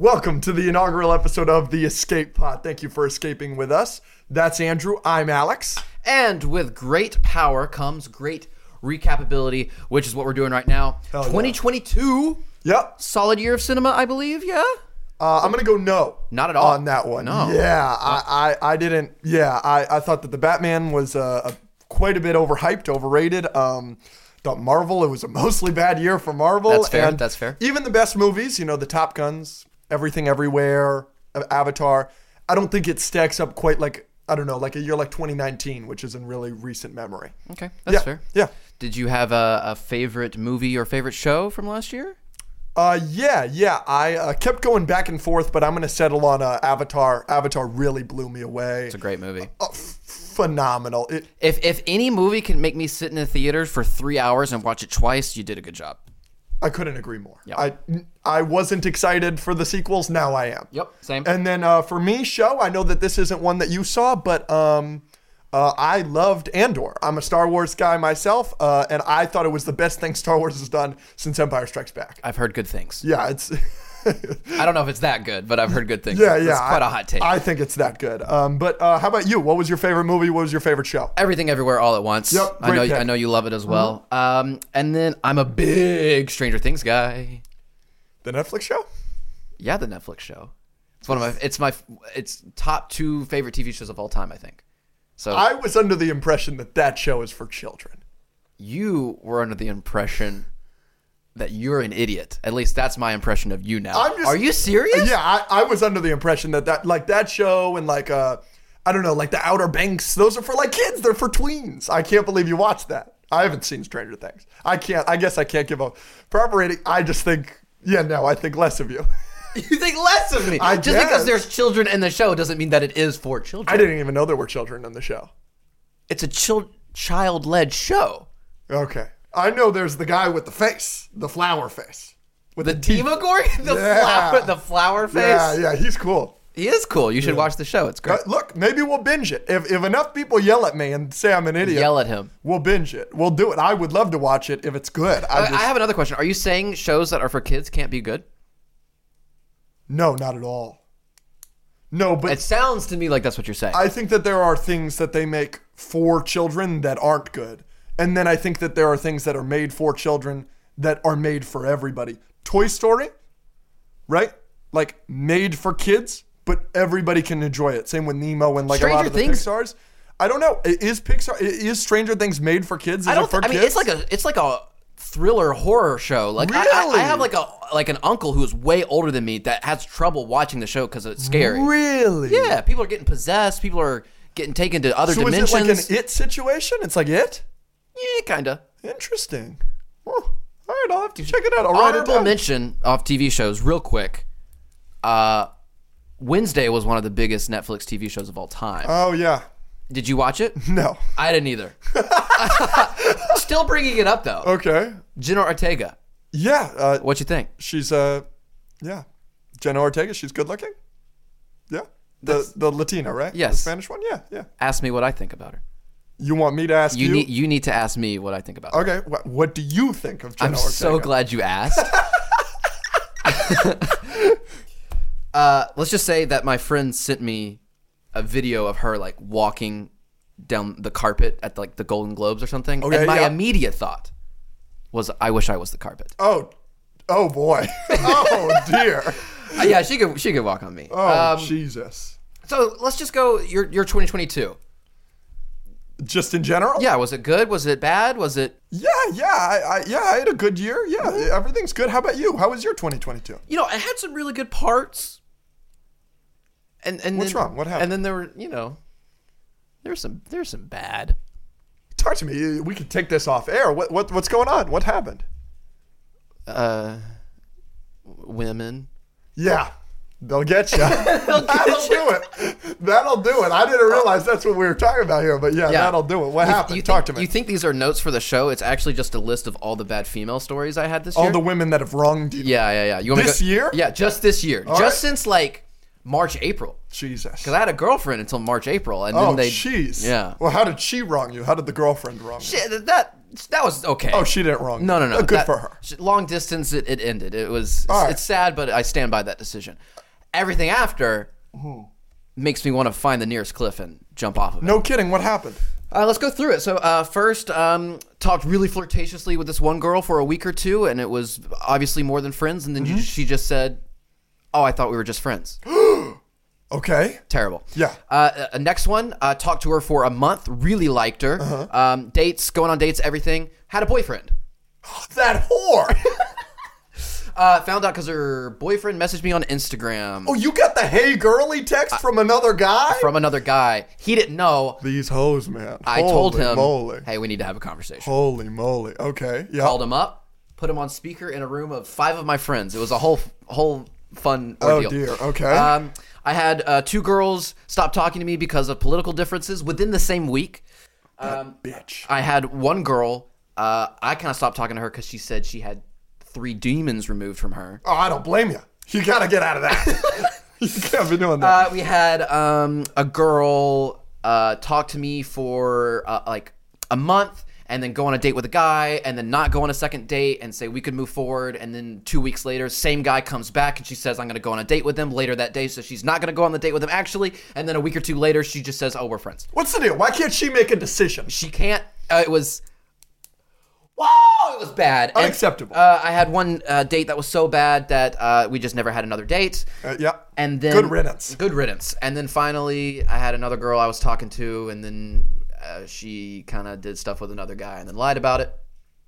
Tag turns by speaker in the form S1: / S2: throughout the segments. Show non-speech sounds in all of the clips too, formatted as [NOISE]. S1: Welcome to the inaugural episode of The Escape Pod. Thank you for escaping with us. That's Andrew. I'm Alex.
S2: And with great power comes great recapability, which is what we're doing right now.
S1: Hell yeah.
S2: 2022,
S1: Yep.
S2: solid year of cinema, I believe. Yeah.
S1: Uh, I'm gonna go no.
S2: Not at all.
S1: on that one.
S2: No.
S1: Yeah, I, I, I didn't. Yeah, I, I thought that the Batman was uh, a- quite a bit overhyped, overrated. Um, thought Marvel. It was a [LAUGHS] mostly bad year for Marvel.
S2: That's fair,
S1: And
S2: that's fair.
S1: Even the best movies, you know, the Top Guns, Everything Everywhere, A- Avatar. I don't think it stacks up quite like I don't know, like a year like 2019, which is in really recent memory.
S2: Okay, that's
S1: yeah.
S2: fair.
S1: Yeah.
S2: Did you have a, a favorite movie or favorite show from last year?
S1: Uh, yeah, yeah. I uh, kept going back and forth, but I'm gonna settle on uh, Avatar. Avatar really blew me away.
S2: It's a great movie.
S1: Oh, f- phenomenal. It,
S2: Uh, If if any movie can make me sit in a theater for three hours and watch it twice, you did a good job.
S1: I couldn't agree more. I I wasn't excited for the sequels. Now I am.
S2: Yep, same.
S1: And then uh, for me, show I know that this isn't one that you saw, but um, uh, I loved Andor. I'm a Star Wars guy myself, uh, and I thought it was the best thing Star Wars has done since Empire Strikes Back.
S2: I've heard good things.
S1: Yeah, it's [LAUGHS]
S2: I don't know if it's that good, but I've heard good things.
S1: yeah,
S2: That's
S1: yeah.
S2: quite
S1: a
S2: a hot take.
S1: I think it's that good. Um, but uh, how about you? What was your favorite movie? What was your favorite show?
S2: Everything Everywhere All at Once.
S1: Yep,
S2: I know
S1: great Mm-hmm. pick.
S2: I know you love it as well. Um, and then I'm a big Stranger Things guy.
S1: The Netflix show.
S2: Yeah, the Netflix show. It's one of my it's my it's top 2 favorite TV shows of all time, I think. So
S1: I was under the impression that that show is for children. Uh,
S2: you were under the impression that you're an idiot. At least that's my impression of you now.
S1: I'm just-
S2: Are you serious?
S1: Yeah, I, I was under the impression that that like that show and like uh I don't know like the Outer Banks those are for like kids they're for tweens. I can't believe you watched that. I haven't seen Stranger Things. I can't. I guess I can't give a proper rating. I just think yeah no I think less of you.
S2: [LAUGHS]
S1: [LAUGHS]
S2: You think less of me.
S1: I
S2: just because
S1: guess.
S2: there's children in the show doesn't mean that it is for children.
S1: I didn't even know there were children in the show.
S2: It's a chil- child-led show.
S1: Okay, I know there's the guy with the face, the flower face, with the, teeth.
S2: Eva Gory, [LAUGHS] the
S1: Yeah.
S2: flower, the flower face.
S1: Yeah, yeah, he's cool.
S2: He is cool. You should watch the show. It's great.
S1: Uh, look, maybe we'll binge it. If, if enough people yell at me and say I'm an idiot,
S2: Yell at him.
S1: we'll binge it. We'll do it. I would love to watch it if it's good. I
S2: Uh, I,
S1: just,
S2: I have another question. Are you saying shows that are for kids can't be good?
S1: no, not at all. No, but
S2: It sounds to me like that's what you're saying.
S1: I think that there are things that they make for children that aren't good. And then I think that there are things that are made for children that are made for everybody. Toy Story, right? Like made for kids, but everybody can enjoy it. Same with Nemo and like a lot
S2: Stranger
S1: of the
S2: Things-
S1: Pixar's. I don't know. I- Is Pixar i- is Stranger Things made for kids? Is
S2: I
S1: it
S2: don't.
S1: for
S2: Th- I mean,
S1: kids?
S2: it's like a it's like a thriller horror show. Like I- I, I,
S1: Really?
S2: have like a like an uncle who's way older than me that has trouble watching the show because it's scary.
S1: really.
S2: Yeah, people are getting possessed. People are getting taken to other
S1: So is it like
S2: dimensions.
S1: an it situation? It's like it.
S2: yeah, kinda.
S1: Interesting. Huh. All right, I'll have to check it out. I'll write it
S2: Honorable
S1: down.
S2: mention off TV shows, real quick. Uh, Wednesday was one of the biggest Netflix TV shows of all time.
S1: Oh yeah. [LAUGHS]
S2: Did you watch it?
S1: No.
S2: I
S1: [LAUGHS]
S2: didn't either. Still bringing it up though.
S1: Okay.
S2: Jenna Ortega,
S1: Yeah. Uh,
S2: what you think?
S1: she's uh, yeah, Jenna Ortega. She's good looking. Yeah. The the Latina, right? The
S2: Yes.
S1: Spanish one. Yeah. Yeah.
S2: Ask me what I think about her.
S1: You want me to ask you?
S2: You, need you need to ask me what I think about. her.
S1: okay. What, what do you think of Jenna
S2: I'm
S1: Ortega?
S2: so glad you
S1: [LAUGHS]
S2: asked. [LAUGHS] uh, let's just say that my friend sent me a video of her like walking down the carpet at like the Golden Globes or something,
S1: Okay,
S2: and my
S1: yeah.
S2: immediate thought was, "I wish I was the
S1: [LAUGHS]
S2: carpet."
S1: Oh. Oh boy. [LAUGHS] oh dear.
S2: Uh, yeah, she could she could walk on me. Um,
S1: Oh Jesus.
S2: so let's just go. Your your 2022.
S1: Just in general.
S2: Yeah, was it good? Was it bad? Was it?
S1: Yeah. Yeah. I, I yeah. I had a good year. Yeah.
S2: Mm-hmm.
S1: Everything's good. How about you? How was your 2022?
S2: You know, it had some really good parts. And and
S1: What's
S2: then-
S1: wrong? What happened?
S2: And then there were you know, there were some there were some bad.
S1: Talk to me. We could take this off air. What, what what's going on? What happened?
S2: uh, women.
S1: Yeah. They'll get you.
S2: [LAUGHS]
S1: that'll do it. That'll do it. I didn't realize that's what we were talking about here, but yeah, that'll do it. What happened?
S2: You
S1: Talk
S2: think,
S1: to me.
S2: You think these are notes for the show? It's actually just a list of all the bad female stories I had this
S1: All
S2: year.
S1: the women that have wronged you.
S2: yeah, yeah, yeah. You want me to
S1: This year?
S2: Yeah, just this year. just
S1: right.
S2: since like March, April.
S1: Jesus.
S2: Because I had a girlfriend until March, April, and
S1: oh,
S2: then they
S1: jeez.
S2: Yeah.
S1: Well, how did she wrong you? How did the girlfriend wrong you?
S2: Shit, that- that that was okay.
S1: Oh, she didn't wrong.
S2: No,
S1: you.
S2: no, no.
S1: Uh, Good
S2: That-
S1: for her.
S2: sh- Long distance, it, it ended. It was.
S1: All right.
S2: It's sad, but I stand by that decision. Everything after makes me want to find the nearest cliff and jump off of it.
S1: Hmm. No kidding. What happened?
S2: Uh, let's go through it. So uh, first, um, talked really flirtatiously with this one girl for a week or two, and it was obviously more than friends. And then
S1: Mm-hmm.
S2: you, she just said, "Oh, I thought we were
S1: [GASPS]
S2: just friends."
S1: Okay.
S2: Terrible.
S1: Yeah.
S2: Uh, uh, next one, uh, talked to her for a month. Really liked her.
S1: Uh-huh.
S2: Um, dates, going on dates, everything. Had a boyfriend.
S1: That whore.
S2: [LAUGHS] Uh, found out because her boyfriend messaged me on Instagram
S1: oh, you got the hey girly text from another guy?
S2: from another guy. He didn't know.
S1: These hoes, man.
S2: I told
S1: Holy
S2: him,
S1: Moly.
S2: "Hey, we need to have a conversation."
S1: Holy moly. Okay. Yeah.
S2: called him up, put him on speaker in a room of five of my friends. It was a whole whole fun
S1: Oh
S2: ordeal.
S1: dear. Okay.
S2: Um, I had uh, two girls stop talking to me because of political differences within the same week.
S1: Bitch.
S2: I had one girl. Uh, I kind of stopped talking to her because she said she had three demons removed from her.
S1: Oh, I don't blame you. You gotta get out of that. [LAUGHS] you can't be doing that.
S2: Uh, we had um, a girl uh, talk to me for uh, like a month and then go on a date with a guy and then not go on a second date and say we could move forward and then two weeks later same guy comes back and she says i'm going to go on a date with him later that day so she's not going to go on the date with him actually and then a week or two later she just says oh we're friends
S1: What's the deal? Why can't she make a decision?
S2: she can't. Uh, it was. Wow, it was bad. And,
S1: Unacceptable.
S2: uh, I had one uh, date that was so bad that uh, we just never had another date.
S1: Uh, yeah.
S2: And then
S1: Good riddance.
S2: Good riddance. And then finally, I had another girl I was talking to, and then uh, she kind of did stuff with another guy, and then lied about it.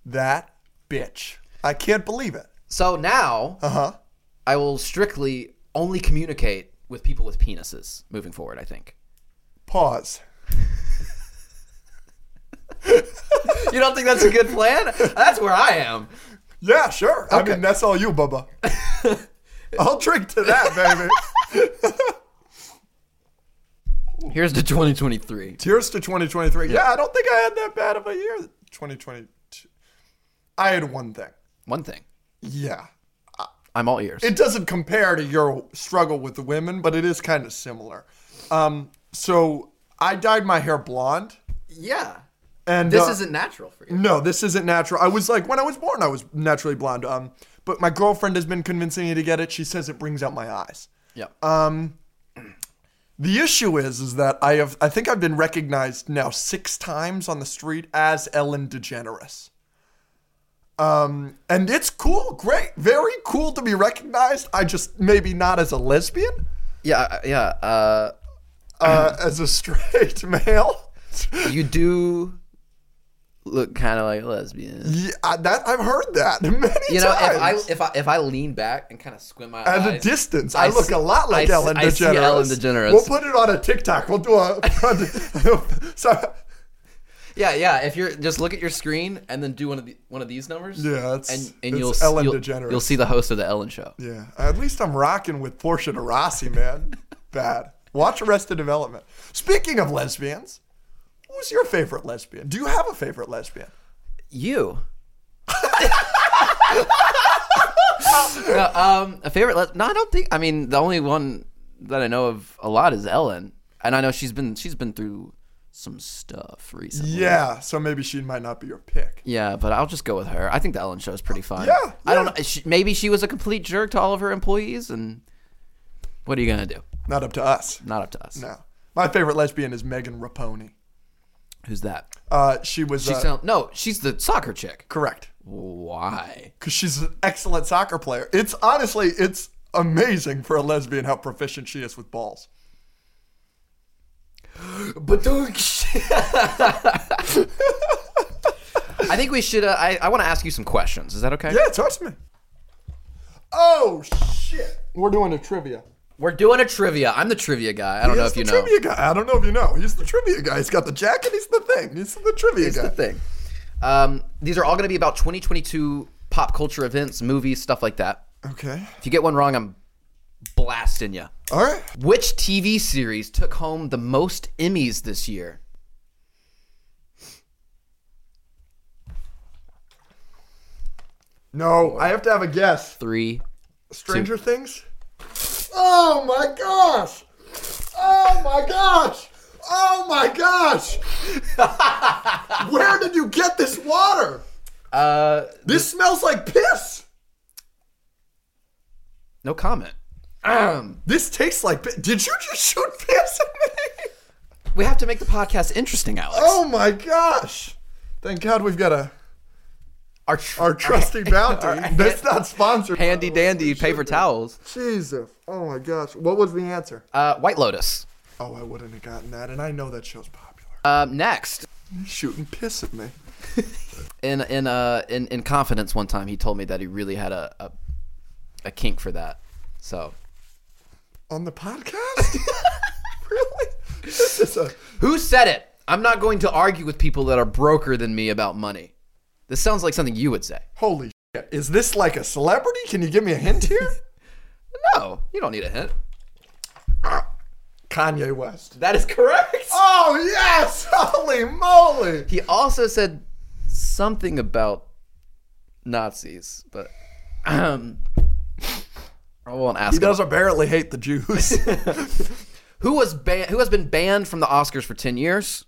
S1: That bitch. I can't believe it. Uh-huh.
S2: So now,
S1: Huh?
S2: I will strictly only communicate with people with penises moving forward. I think.
S1: Pause.
S2: You don't think that's a good plan? [LAUGHS] That's where I am.
S1: Yeah, sure. I mean, that's all you,
S2: [LAUGHS]
S1: Bubba. I'll drink to that, baby.
S2: Here's to 2023.
S1: [LAUGHS] Tears to 2023. Yeah. I don't think I had that bad of a year. 2022. I had one thing.
S2: One thing.
S1: Yeah.
S2: I'm all ears.
S1: It doesn't compare to your struggle with the women, but it is kind of similar. Um, so I dyed my hair blonde,
S2: yeah.
S1: and
S2: This
S1: uh,
S2: isn't natural for you.
S1: No, this isn't natural. I was like when I was born, I was naturally blonde. Um, but my girlfriend has been convincing me to get it. She says it brings out my eyes.
S2: Yeah.
S1: Uh, The issue is, is that I have, I think I've been recognized now six times on the street as Ellen DeGeneres. Um, and it's cool, great, very cool to be recognized. I just maybe not as a lesbian,
S2: yeah, uh, yeah. Uh,
S1: uh, as a straight [LAUGHS] male.
S2: you do look kind of like a lesbian.
S1: Yeah, I- that I've heard that [LAUGHS] many
S2: You know, if I
S1: times.
S2: if I if I lean back and kind of squint my
S1: At
S2: eyes
S1: a distance, I,
S2: I
S1: look
S2: see-
S1: a lot like
S2: I s-
S1: Ellen DeGeneres.
S2: I see Ellen DeGeneres.
S1: We'll put it on a TikTok. We'll do
S2: [LAUGHS]
S1: a. [LAUGHS] so,
S2: Yeah, yeah. If you're just look at your screen and then do one of the one of these numbers.
S1: Yeah, it's-
S2: and
S1: it's
S2: and you'll s-
S1: Ellen
S2: you'll,
S1: DeGeneres.
S2: you'll see the host of the Ellen Show.
S1: yeah, at least I'm rocking with Portia de Rossi, man. [LAUGHS] Bad. Watch Arrested Development. Speaking of lesbians, who's your favorite lesbian? Do you have a favorite lesbian?
S2: You. No, um, a favorite? Les- no, I don't think. I mean, the only one that I know of a lot is Ellen, and I know she's been she's been through some stuff recently.
S1: Yeah, so maybe she might not be your pick.
S2: Yeah, but I'll just go with her. I think the Ellen show is pretty fun.
S1: Yeah,
S2: I don't know. She, maybe she was a complete jerk to all of her employees, and what are you gonna do?
S1: Not up to us.
S2: Not up to us.
S1: No. My favorite lesbian is Megan Rapone.
S2: Who's that?
S1: Uh, she was
S2: She
S1: uh,
S2: sound, no, she's the soccer chick.
S1: correct.
S2: Why?
S1: because she's an excellent soccer player. It's honestly, it's amazing for a lesbian how proficient she is with balls.
S2: But
S1: [LAUGHS]
S2: I think we should. Uh, I I want to ask you some questions. Is that okay?
S1: Yeah, touch me. Oh shit, we're doing a trivia.
S2: We're doing a trivia. I'm the trivia guy. I don't know
S1: He's
S2: if you
S1: the
S2: know.
S1: trivia guy. I don't know if you know. He's the trivia guy. He's got the jacket. He's the thing. He's the trivia guy.
S2: Here's the thing. Um, these are all going to be about 2022 pop culture events, movies, stuff like that.
S1: Okay.
S2: If you get one wrong, I'm blasting you.
S1: All right.
S2: Which TV series took home the most Emmys this year?
S1: No, I have to have a guess.
S2: Three.
S1: Stranger Things. Oh my gosh! Oh my gosh! Oh my gosh! [LAUGHS] Where did you get this water?
S2: Uh,
S1: This smells like piss.
S2: no comment. Um,
S1: This tastes like piss. Did you just [LAUGHS] shoot piss at me?
S2: we have to make the podcast interesting, Alex.
S1: Oh my gosh! Thank God we've got a
S2: our, tr-
S1: our trusty bounty. That's not sponsored. by
S2: handy
S1: the way.
S2: dandy paper towels.
S1: Jesus. Oh my gosh. What was the answer?
S2: Uh, White Lotus.
S1: Oh, I wouldn't have gotten that, and I know that show's popular.
S2: Um, next,
S1: He's shooting piss at me.
S2: in in uh in, in confidence, one time he told me that he really had a a, a kink for that. So
S1: On the podcast? [LAUGHS] really? This is a
S2: who said it? I'm not going to argue with people that are broker than me about money. This sounds like something you would say.
S1: holy shit. Is this like a celebrity? Can you give me a hint here?
S2: No, you don't need a hint.
S1: [LAUGHS] Kanye West.
S2: That is correct.
S1: Oh yes! [LAUGHS] Holy moly!
S2: He also said something about Nazis, but um, I won't ask.
S1: He does apparently hate the [LAUGHS] Jews.
S2: Who was ban- who has been banned from the Oscars for 10 years?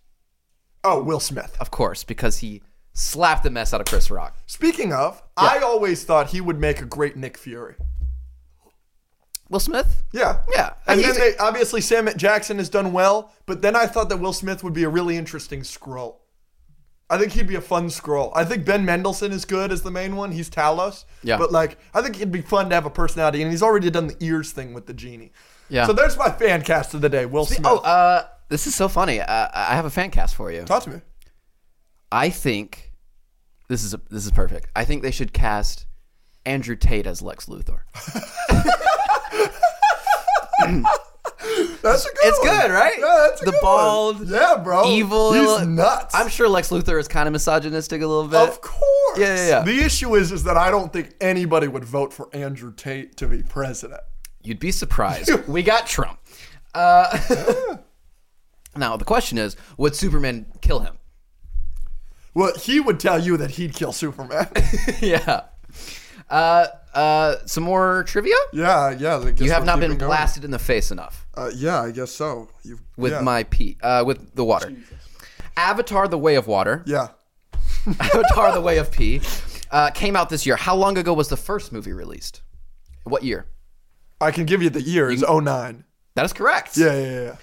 S1: oh, Will Smith.
S2: Of course, because he slapped the mess out of Chris Rock.
S1: Speaking of, I always thought he would make a great Nick Fury.
S2: Will Smith?
S1: Yeah.
S2: Yeah.
S1: And
S2: He's-
S1: then they obviously Sam Jackson has done well, but then I thought that Will Smith would be a really interesting scroll. I think he'd be a fun scroll. I think Ben Mendelsohn is good as the main one. He's Talos.
S2: Yeah.
S1: But like I think it'd be fun to have a personality and he's already done the ears thing with the genie.
S2: Yeah.
S1: So there's my fan cast of the day, Will Smith.
S2: Oh, uh, this is so funny. Uh, I have a fan cast for you.
S1: Talk to me.
S2: I think this is a, this is perfect. I think they should cast Andrew Tate as Lex Luthor.
S1: That's a good
S2: It's
S1: one.
S2: good, right?
S1: Yeah, that's a
S2: the
S1: good one.
S2: bald,
S1: Yeah, bro.
S2: evil.
S1: He's nuts.
S2: I'm sure Lex Luthor is kind of misogynistic a little bit.
S1: Of course.
S2: Yeah, yeah, yeah.
S1: The issue is is that I don't think anybody would vote for Andrew Tate to be president.
S2: You'd
S1: [LAUGHS]
S2: be surprised. we got Trump. Uh, [LAUGHS] now the question is, would Superman kill him? [LAUGHS]
S1: Well, he would tell you that he'd kill [LAUGHS] Superman.
S2: yeah. Uh, uh, some more trivia.
S1: yeah, yeah. I guess
S2: You have
S1: we'll
S2: not
S1: keep
S2: been
S1: it going.
S2: blasted in the face enough
S1: Uh, yeah, I guess so. You've,
S2: with
S1: yeah.
S2: my pee. Uh, with the water. Avatar: The Way of Water. [LAUGHS]
S1: yeah.
S2: Avatar: The Way of Pee. Uh, came out this year. How long ago was the first movie released? What year?
S1: I can give you the year. It's 09.
S2: That is correct.
S1: Yeah, yeah, yeah, yeah.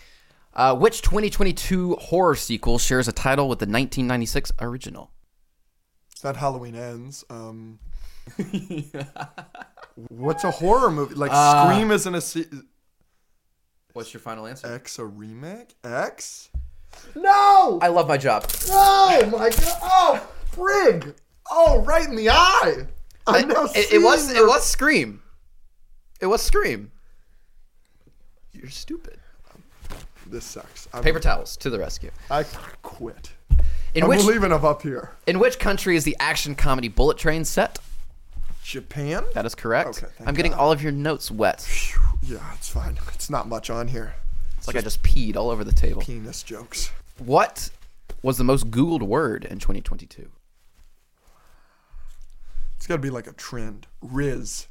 S2: Uh, which 2022 horror sequel shares a title with the 1996 original?
S1: It's not Halloween ends. [LAUGHS] Um, What's a horror movie like? Scream isn't a se-
S2: What's your final answer?
S1: X a remake? X? No!
S2: I love my job.
S1: No! My God! Oh, frig! Oh, right in the eye! I
S2: It,
S1: know.
S2: it- it was it was Scream. It was Scream. You're stupid.
S1: This sucks. I'm,
S2: Paper towels to the rescue.
S1: I quit.
S2: In
S1: I'm
S2: which
S1: leaving him up here.
S2: in which country is the action comedy Bullet Train set?
S1: Japan?
S2: That is correct.
S1: Okay, thank
S2: I'm getting all of your notes wet.
S1: Yeah, it's fine. It's not much on here.
S2: It's like I just peed all over the table.
S1: Penis jokes.
S2: What was the most Googled word in 2022?
S1: It's got to be like a trend. Riz.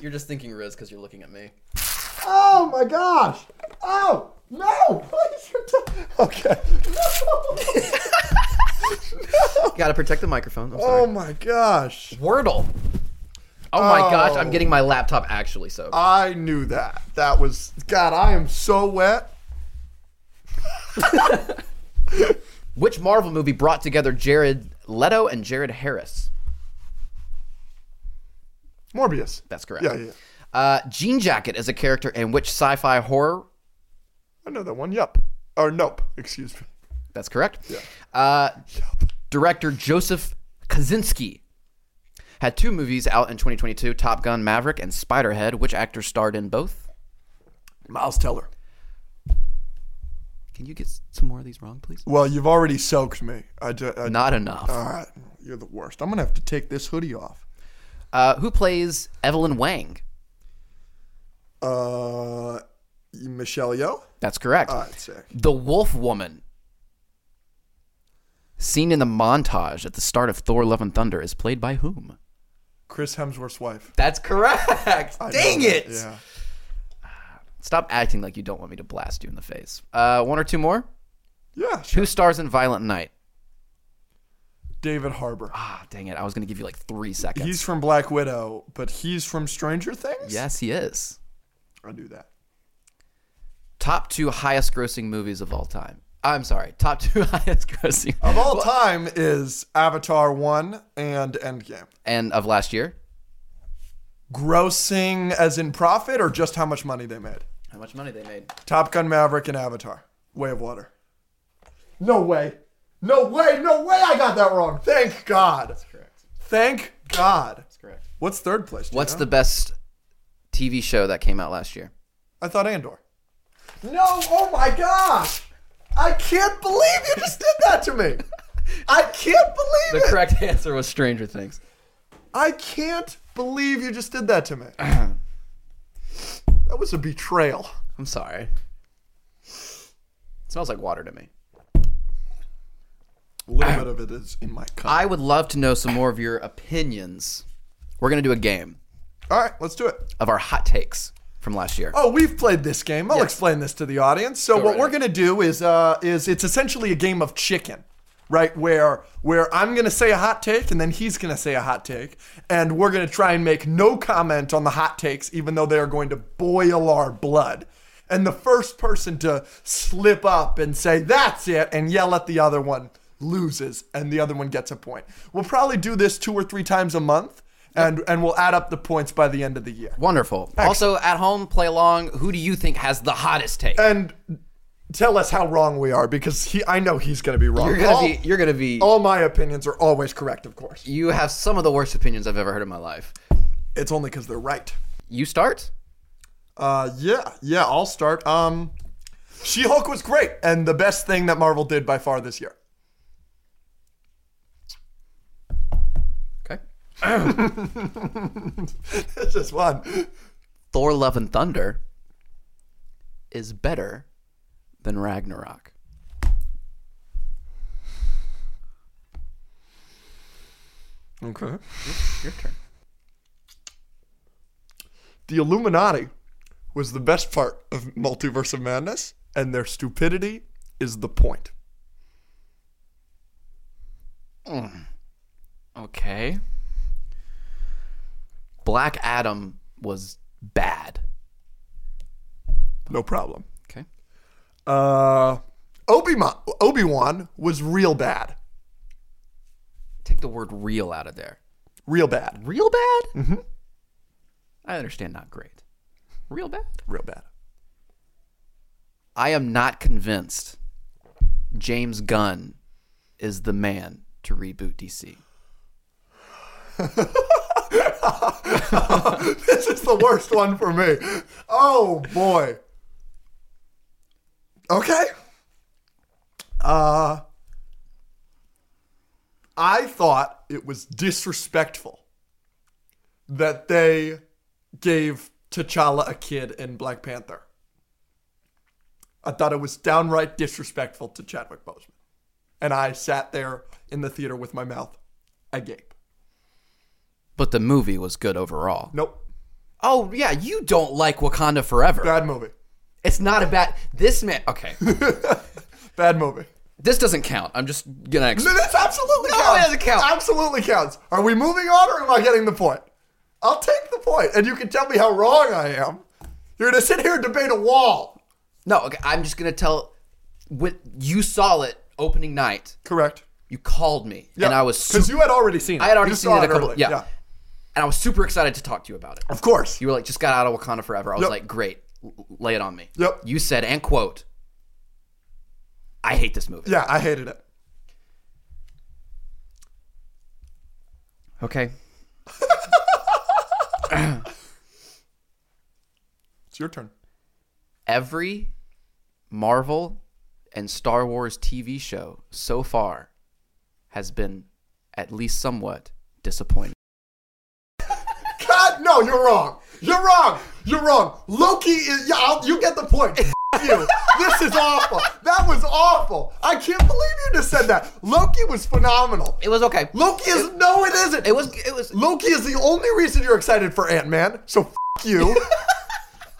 S2: You're just thinking Riz because you're looking at me.
S1: Oh my gosh! Oh no! [LAUGHS] Please, you're t- okay.
S2: Gotta protect the microphone. I'm
S1: [LAUGHS]
S2: sorry.
S1: oh my gosh!
S2: Wordle. Oh my gosh, I'm
S1: Oh.
S2: getting my laptop actually soaked.
S1: I knew that. That was God. I am so wet.
S2: Which Marvel movie brought together Jared Leto and Jared Harris?
S1: Morbius.
S2: That's correct.
S1: Yeah, yeah.
S2: Uh, Jean Jacket is a character in which sci-fi horror?
S1: I know that one. Yup. Or nope. Excuse me.
S2: That's correct. Uh, director Joseph Kaczynski had two movies out in 2022: Top Gun: Maverick and Spiderhead. Which actor starred in both?
S1: Miles Teller.
S2: Can you get s- some more of these wrong, please?
S1: Well, you've already soaked me. I, ju- I
S2: Not enough.
S1: All right. You're the worst. I'm gonna have to take this hoodie off.
S2: Uh, who plays Evelyn Wang?
S1: Uh, Michelle Yeoh.
S2: That's correct.
S1: All right, sick.
S2: The Wolf Woman, seen in the montage at the start of Thor: Love and Thunder, is played by whom?
S1: Chris Hemsworth's wife.
S2: That's correct.
S1: [LAUGHS] I
S2: Dang
S1: know that,
S2: it.
S1: Yeah.
S2: Stop acting like you don't want me to blast you in the face. Uh, one or two more.
S1: Yeah. sure.
S2: Who stars in Violent Night?
S1: David Harbour.
S2: Ah, dang it. I was going to give you like three seconds.
S1: He's from Black Widow, but he's from Stranger Things?
S2: yes, he is.
S1: I knew that.
S2: Top two highest grossing movies of all time. I'm sorry. Top two [LAUGHS] highest grossing.
S1: Of all time is Avatar 1 and Endgame.
S2: And of last year?
S1: Grossing as in profit or just how much money they made?
S2: How much money they made?
S1: Top Gun Maverick and Avatar. Way of Water. No way. No way. No way I got that wrong. Thank God.
S2: Correct.
S1: Thank God.
S2: Correct.
S1: What's third place? do you
S2: What's
S1: know?
S2: the best TV show that came out last year?
S1: I thought Andor. No, oh my gosh. I can't believe you just did that to me. I can't
S2: The
S1: believe it.
S2: correct [LAUGHS] answer was Stranger Things.
S1: I can't believe you just did that [CLEARS THROAT] to me. that was a betrayal.
S2: I'm sorry. It smells like water to me.
S1: A little bit of it is in my cup.
S2: I would love to know some more of your opinions. We're going to do a game
S1: All right, let's do it.
S2: of our hot takes from last year.
S1: Oh, we've played this game. I'll explain this to the audience. So what
S2: right
S1: we're
S2: ahead.
S1: gonna do is uh, is it's essentially a game of chicken, right? Where where I'm gonna say a hot take and then he's gonna say a hot take, and we're gonna try and make no comment on the hot takes, even though they are going to boil our blood. And the first person to slip up and say that's it and yell at the other one loses, and the other one gets a point. We'll probably do this two or three times a month, and and we'll add up the points by the end of the year.
S2: Wonderful. Also, at home, play along. Who do you think has the hottest take?
S1: and tell us how wrong we are because he I know he's going to be wrong.
S2: You're gonna
S1: all,
S2: be. You're gonna be.
S1: all my opinions are always correct, of course.
S2: You have some of the worst opinions I've ever heard in my life.
S1: It's only because they're right.
S2: You start.
S1: Uh, yeah, yeah. I'll start. Um, She Hulk was great and the best thing that Marvel did by far this year. [LAUGHS]
S2: Okay.
S1: It's just one.
S2: Thor: Love and Thunder is better than Ragnarok.
S1: Okay.
S2: Your turn.
S1: The Illuminati was the best part of Multiverse of Madness, and their stupidity is the point.
S2: Okay. Black Adam was bad.
S1: No problem.
S2: Okay.
S1: Uh, Obi Obi Wan was real bad,
S2: Take the word "real" out of there.
S1: real bad,
S2: Real bad. Mm-hmm. I understand. Not great. Real bad.
S1: real bad.
S2: I am not convinced James Gunn is the man to reboot DC.
S1: this is the worst one for me. Oh boy. Okay. Uh I thought it was disrespectful that they gave T'Challa a kid in Black Panther. I thought it was downright disrespectful to Chadwick Boseman. And I sat there in the theater with my mouth agape.
S2: But the movie was good overall.
S1: Nope.
S2: Oh yeah, you don't like Wakanda Forever.
S1: Bad movie. [LAUGHS]
S2: It's not a bad. This man. [LAUGHS] Okay,
S1: Bad movie.
S2: this doesn't count. I'm just gonna. [LAUGHS] Ex-
S1: No, This absolutely counts.
S2: it doesn't count.
S1: Absolutely counts. Are we moving on or am I getting the point? I'll take the point, and you can tell me how wrong I am. You're gonna sit here and debate a wall.
S2: no, okay, I'm just gonna tell. What you saw it opening night.
S1: Correct.
S2: You called me, and I was.
S1: because
S2: Super,
S1: you had already seen it.
S2: I had already
S1: You
S2: seen
S1: saw
S2: it a couple.
S1: early.
S2: Yeah. and I was super excited to talk to you about it.
S1: Of course.
S2: You were like, just got out of Wakanda Forever. I was
S1: Yep.
S2: like, great, l- lay it on me.
S1: Yep.
S2: You said, and quote, I hate this movie.
S1: yeah, I hated it.
S2: Okay.
S1: It's your turn.
S2: Every Marvel and Star Wars TV show so far has been at least somewhat disappointing.
S1: God, no, you're wrong. You're wrong. You're wrong. Loki is. Yeah, I'll, you get the point. you. This is awful. That was awful. I can't believe you just said that. Loki was phenomenal.
S2: It was okay.
S1: Loki is no, it isn't.
S2: It was. It was.
S1: Loki is the only reason you're excited for Ant Man. So f- you.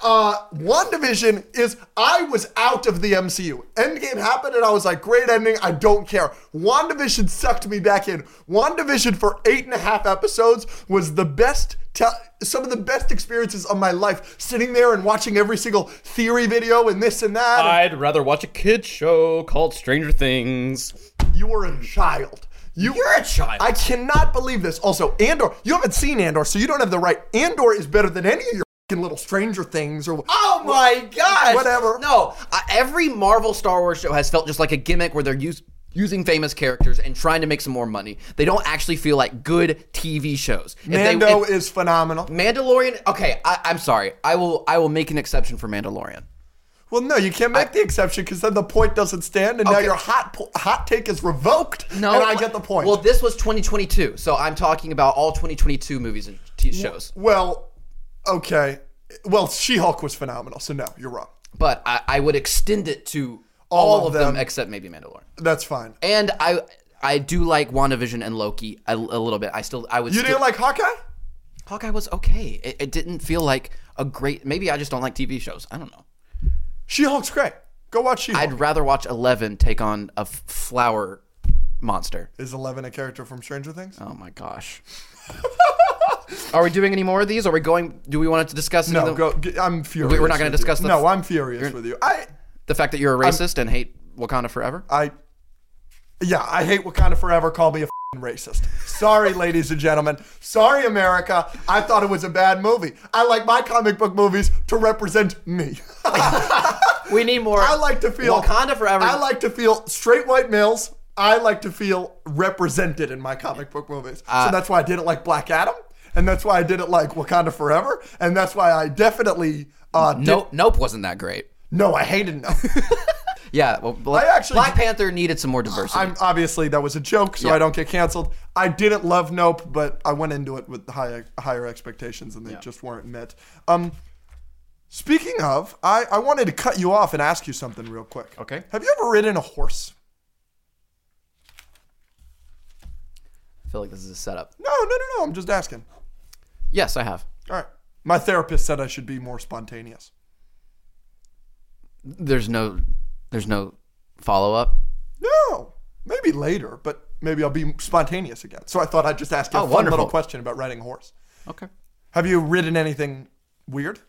S1: uh, WandaVision is I was out of the MCU. Endgame happened and I was like, great ending. I don't care. WandaVision sucked me back in. WandaVision for eight and a half episodes was the best. Te- some of the best experiences of my life, sitting there and watching every single theory video and this and that.
S3: I'd rather watch a kid show called Stranger Things.
S1: You were a child. You,
S2: You're a child.
S1: I cannot believe this. Also, Andor, you haven't seen Andor, so you don't have the right. Andor is better than any of your fing little Stranger Things or.
S2: Oh my gosh!
S1: Whatever.
S2: No, I, every Marvel Star Wars show has felt just like a gimmick where they're use, using famous characters and trying to make some more money. They don't actually feel like good TV shows. If they-
S1: Mando
S2: if-
S1: is phenomenal.
S2: Mandalorian. Okay, I, I'm sorry. I will. I will make an exception for Mandalorian.
S1: Well, no, you can't make the exception because then the point doesn't stand, and now
S2: Okay.
S1: your hot po- hot take is revoked.
S2: No,
S1: and I
S2: wh-
S1: get the point.
S2: Well,
S1: Well,
S2: this was 2022, so I'm talking about all 2022 movies and t- shows.
S1: okay. Well, She Hulk was phenomenal, so no, you're wrong.
S2: But I, I would extend it to all, of them, except maybe Mandalorian.
S1: That's fine.
S2: And I, I do like WandaVision and Loki a, a little bit. I still, I would.
S1: You
S2: still,
S1: didn't like Hawkeye?
S2: Hawkeye was okay. It, it didn't feel like a great. Maybe I just don't like TV shows. I don't know.
S1: She Hulk's great. Go watch She Hulk.
S2: I'd rather watch Eleven take on a f- flower monster.
S1: Is Eleven a character from Stranger Things?
S2: Oh
S1: [LAUGHS]
S2: my gosh. Are we doing any more of these? Are we going? Do we want to discuss? any
S1: No,
S2: of the,
S1: go. g- I'm furious.
S2: we're not gonna
S1: with
S2: discuss
S1: you.
S2: the-
S1: No, I'm furious with you. I,
S2: the fact that you're a racist and hate Wakanda forever.
S1: I, yeah, I hate Wakanda Forever. Call me a fing racist. Sorry, [LAUGHS] ladies and gentlemen. Sorry, America. I thought it was a bad movie. I like my comic book movies to represent me.
S2: We need [LAUGHS] more.
S1: I like to feel
S2: Wakanda forever.
S1: I like to feel straight white males. I like to feel represented in my comic book movies.
S2: Uh,
S1: so that's why I didn't like Black Adam, and that's why I didn't like Wakanda Forever, and that's why I definitely uh, did-
S2: Nope. Nope. Wasn't that great?
S1: no, I hated
S2: [LAUGHS]
S1: no.
S2: Yeah. Well, Black,
S1: I actually-
S2: Black Panther needed some more diversity.
S1: I'm obviously that was a joke, so I don't get canceled. I didn't love Nope, but I went into it with high, higher expectations, and they just weren't met. Um, speaking of, I, I wanted to cut you off and ask you something real quick.
S3: Okay.
S1: Have you ever ridden a horse?
S2: I feel like this is a setup.
S1: No, no, no, no. I'm just asking.
S2: Yes, I have.
S1: All right. My therapist said I should be more spontaneous.
S2: There's no. There's no follow up.
S1: No, maybe later, but maybe I'll be spontaneous again. So I thought I'd just ask you
S2: Oh,
S1: a fun
S2: wonderful.
S1: little question about riding a horse.
S2: Okay.
S1: Have you ridden anything weird?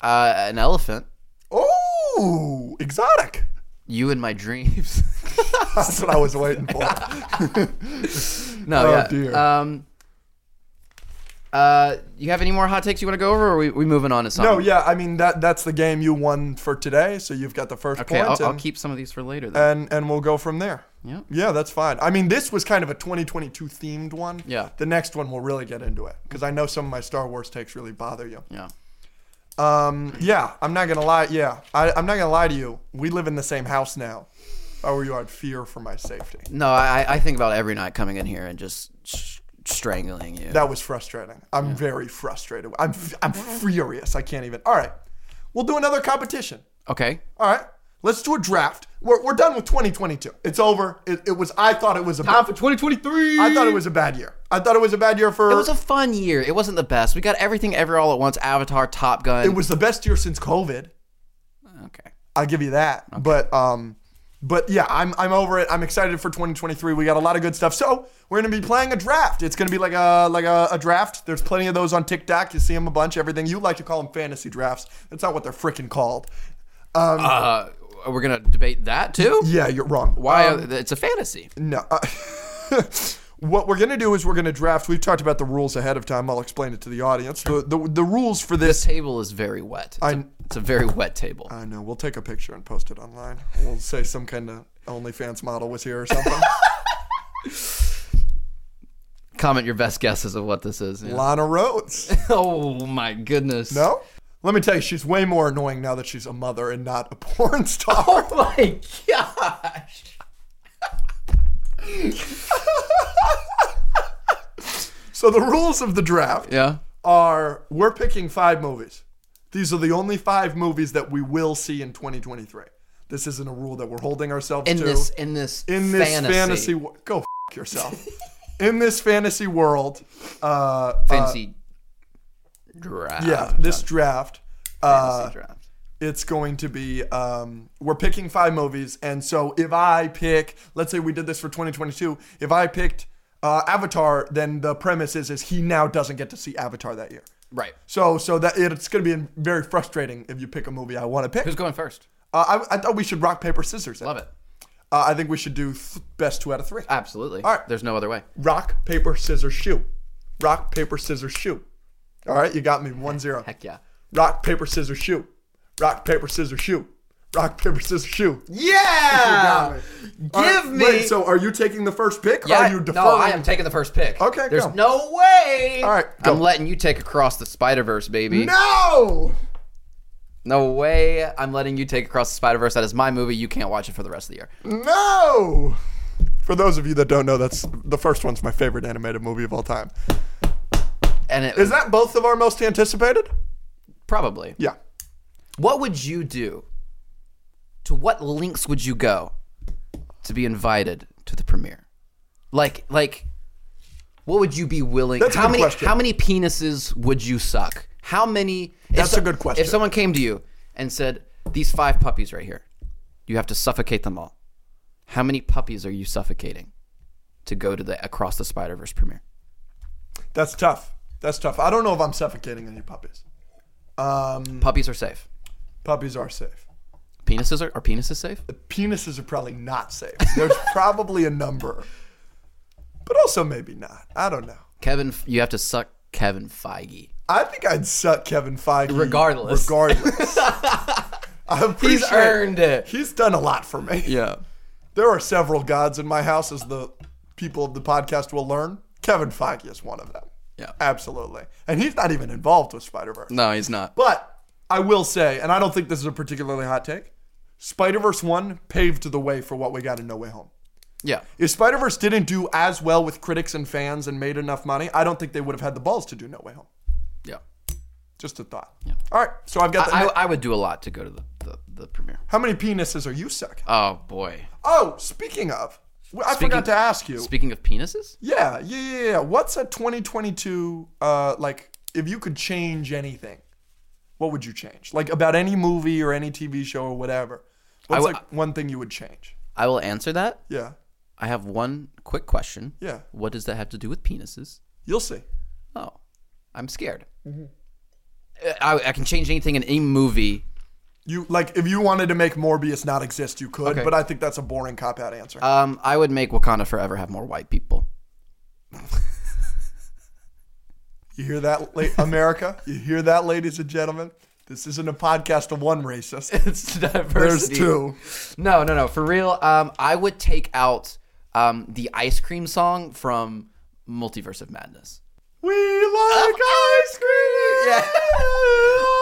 S2: Uh, an elephant.
S1: Oh, exotic. [LAUGHS]
S2: You in my dreams. [LAUGHS]
S1: That's what I was waiting for.
S2: no.
S1: Oh,
S2: yeah.
S1: dear.
S2: Um. Uh, you have any more hot takes you want to go over, or are we, we moving on to something?
S1: No, yeah, I mean that that's the game you won for today, so you've got the first
S2: Okay, I'll,
S1: point,
S2: I'll
S1: and,
S2: keep some of these for later. Then.
S1: and and we'll go from there.
S2: Yep.
S1: Yeah, that's fine. I mean, this was kind of a 2022 themed one.
S2: Yeah.
S1: The next one we'll really get into it because I know some of my Star Wars takes really bother you.
S2: yeah.
S1: Um, yeah, I'm not gonna lie. Yeah, I, I'm not gonna lie to you. We live in the same house now. If I were you, I'd fear for my safety.
S2: No, I, I think about every night coming in here and just sh- strangling you.
S1: That was frustrating. I'm very frustrated. I'm f-
S2: [LAUGHS]
S1: I'm furious. I can't even. All right, we'll do another competition.
S2: okay.
S1: All right, let's do a draft. We're, we're done with 2022. It's over. It, it was. I thought it was a. Bad,
S3: for 2023.
S1: I thought it was a bad year. I thought it was a bad year for.
S2: It was a fun year. It wasn't the best. We got everything ever all at once. Avatar, Top Gun.
S1: the best year since COVID.
S2: okay.
S1: I'll give you that. But um, but yeah, I'm I'm over it. I'm excited for 2023. We got a lot of good stuff. So we're gonna be playing a draft. It's gonna be like a like a, a draft. There's plenty of those on TikTok. You see them a bunch. Everything you like to call them fantasy drafts. That's not what they're freaking called.
S2: Uh, we're gonna debate that too.
S1: Yeah, Um, you're wrong.
S2: Why? it's a fantasy.
S1: No. [LAUGHS] Uh, what we're going to do is we're going to draft. We've talked about the rules ahead of time. I'll explain it to the audience. The the, the rules for this.
S2: This table is very wet. It's, a,
S1: I'm-
S2: it's a very wet table.
S1: I know. We'll take a picture and post it online. We'll say some kind of OnlyFans model was here or something.
S2: Comment your best guesses of what this is. yeah.
S1: Lana Rhodes.
S2: [LAUGHS] Oh my goodness.
S1: No? Let me tell you, she's way more annoying now that she's a mother and not a [LAUGHS] porn star.
S2: [LAUGHS] Oh my gosh.
S1: So the rules of the draft
S2: Yeah.
S1: are we're picking five movies. These are the only five movies that we will see in 2023. This isn't a rule that we're holding ourselves
S2: in
S1: to.
S2: this in this
S1: in this fantasy, wo- go f-
S2: [LAUGHS]
S1: yourself. in this fantasy world, uh,
S2: fancy draft.
S1: yeah, this draft,
S2: Fantasy
S1: uh,
S2: draft.
S1: it's going to be um, we're picking five movies, and so if I pick, let's say we did this for 2022, if I picked uh, Avatar, then the premise is is he now doesn't get to see Avatar that year.
S2: Right.
S1: So, so that it's going to be very frustrating if you pick a movie I want to pick.
S2: Who's going first?
S1: Uh, I, I thought we should rock paper scissors.
S2: Love it. Uh,
S1: Uh, I think we should do th- best two out of three.
S2: Absolutely.
S1: All right.
S2: There's no other way.
S1: Rock, paper, scissors, shoe. Rock, paper, scissors, shoe. All right, you got me. One zero.
S2: Heck yeah.
S1: Rock, paper, scissors, shoe. Rock, paper, scissors, shoe. Rock, paper, scissors, shoe.
S2: Yeah. Give
S1: All right,
S2: me.
S1: Wait, so are you taking the first pick? Or
S2: yeah,
S1: are you deferring?
S2: no, I am taking the first pick.
S1: Okay,
S2: There's
S1: go.
S2: no way.
S1: All right, go.
S2: I'm letting you take across the Spider Verse, baby.
S1: No!
S2: No way. I'm letting you take across the Spider Verse. That is my movie. You can't watch it for the rest of the year.
S1: No! For those of you that don't know, that's the first one's my favorite animated movie of all time.
S2: And it
S1: Is that both of our most anticipated?
S2: probably.
S1: Yeah.
S2: What would you do? To what links would you go to be invited to the premiere? Like, like, what would you be willing?
S1: That's a
S2: how
S1: good
S2: many?
S1: question.
S2: How many penises would you suck? How many? if
S1: That's
S2: so-
S1: a good question.
S2: If someone came to you and said, "These five puppies right here, you have to suffocate them all." How many puppies are you suffocating to go to the Across the Spider Verse premiere?
S1: That's tough. That's tough. I don't know if I'm suffocating any puppies. Um,
S2: Puppies are safe.
S1: puppies are safe.
S2: Penises are, are penises safe?
S1: Penises are probably not safe. [LAUGHS] There's probably a number, but also maybe not. I don't know.
S2: Kevin, you have to suck Kevin Feige.
S1: I think I'd suck Kevin Feige [LAUGHS]
S2: Regardless.
S1: Regardless, I appreciate,
S2: He's earned it.
S1: He's done a lot for me.
S2: Yeah.
S1: There are several gods in my house, as the people of the podcast will learn. Kevin Feige is one of them.
S2: Yeah.
S1: absolutely. And he's not even involved with Spider Verse.
S2: No, he's not.
S1: But I will say, and I don't think this is a particularly hot take, Spider Verse 1 paved the way for what we got in No Way Home.
S2: Yeah.
S1: If Spider Verse didn't do as well with critics and fans and made enough money, I don't think they would have had the balls to do No Way Home.
S2: Yeah.
S1: Just a thought. All right, so I've got the.
S2: I, I would do a lot to go to the, the, the premiere.
S1: how many penises are you sucking?
S2: Oh, boy.
S1: Oh, speaking of, w- I forgot to ask you.
S2: Speaking of penises?
S1: yeah, yeah, yeah, yeah. What's a 2022, uh, like, if you could change anything, what would you change? Like, about any movie or any TV show or whatever. What's,
S2: w-
S1: like, one thing you would change?
S2: I will answer that.
S1: Yeah.
S2: I have one quick question.
S1: Yeah.
S2: What does that have to do with penises?
S1: You'll see.
S2: Oh, I'm scared. I, I can change anything in any movie.
S1: You like if you wanted to make Morbius not exist, you could,
S2: Okay.
S1: but I think that's a boring cop out answer.
S2: Um, I would make Wakanda Forever have more white people.
S1: you hear that, la- America? [LAUGHS] You hear that, ladies and gentlemen? This isn't a podcast of one
S2: [LAUGHS]
S1: racist.
S2: It's
S1: There's
S2: diversity.
S1: two.
S2: No, no, no. For real, um, I would take out um, the ice cream song from Multiverse of Madness.
S1: We like ice cream. [LAUGHS]
S2: Yeah.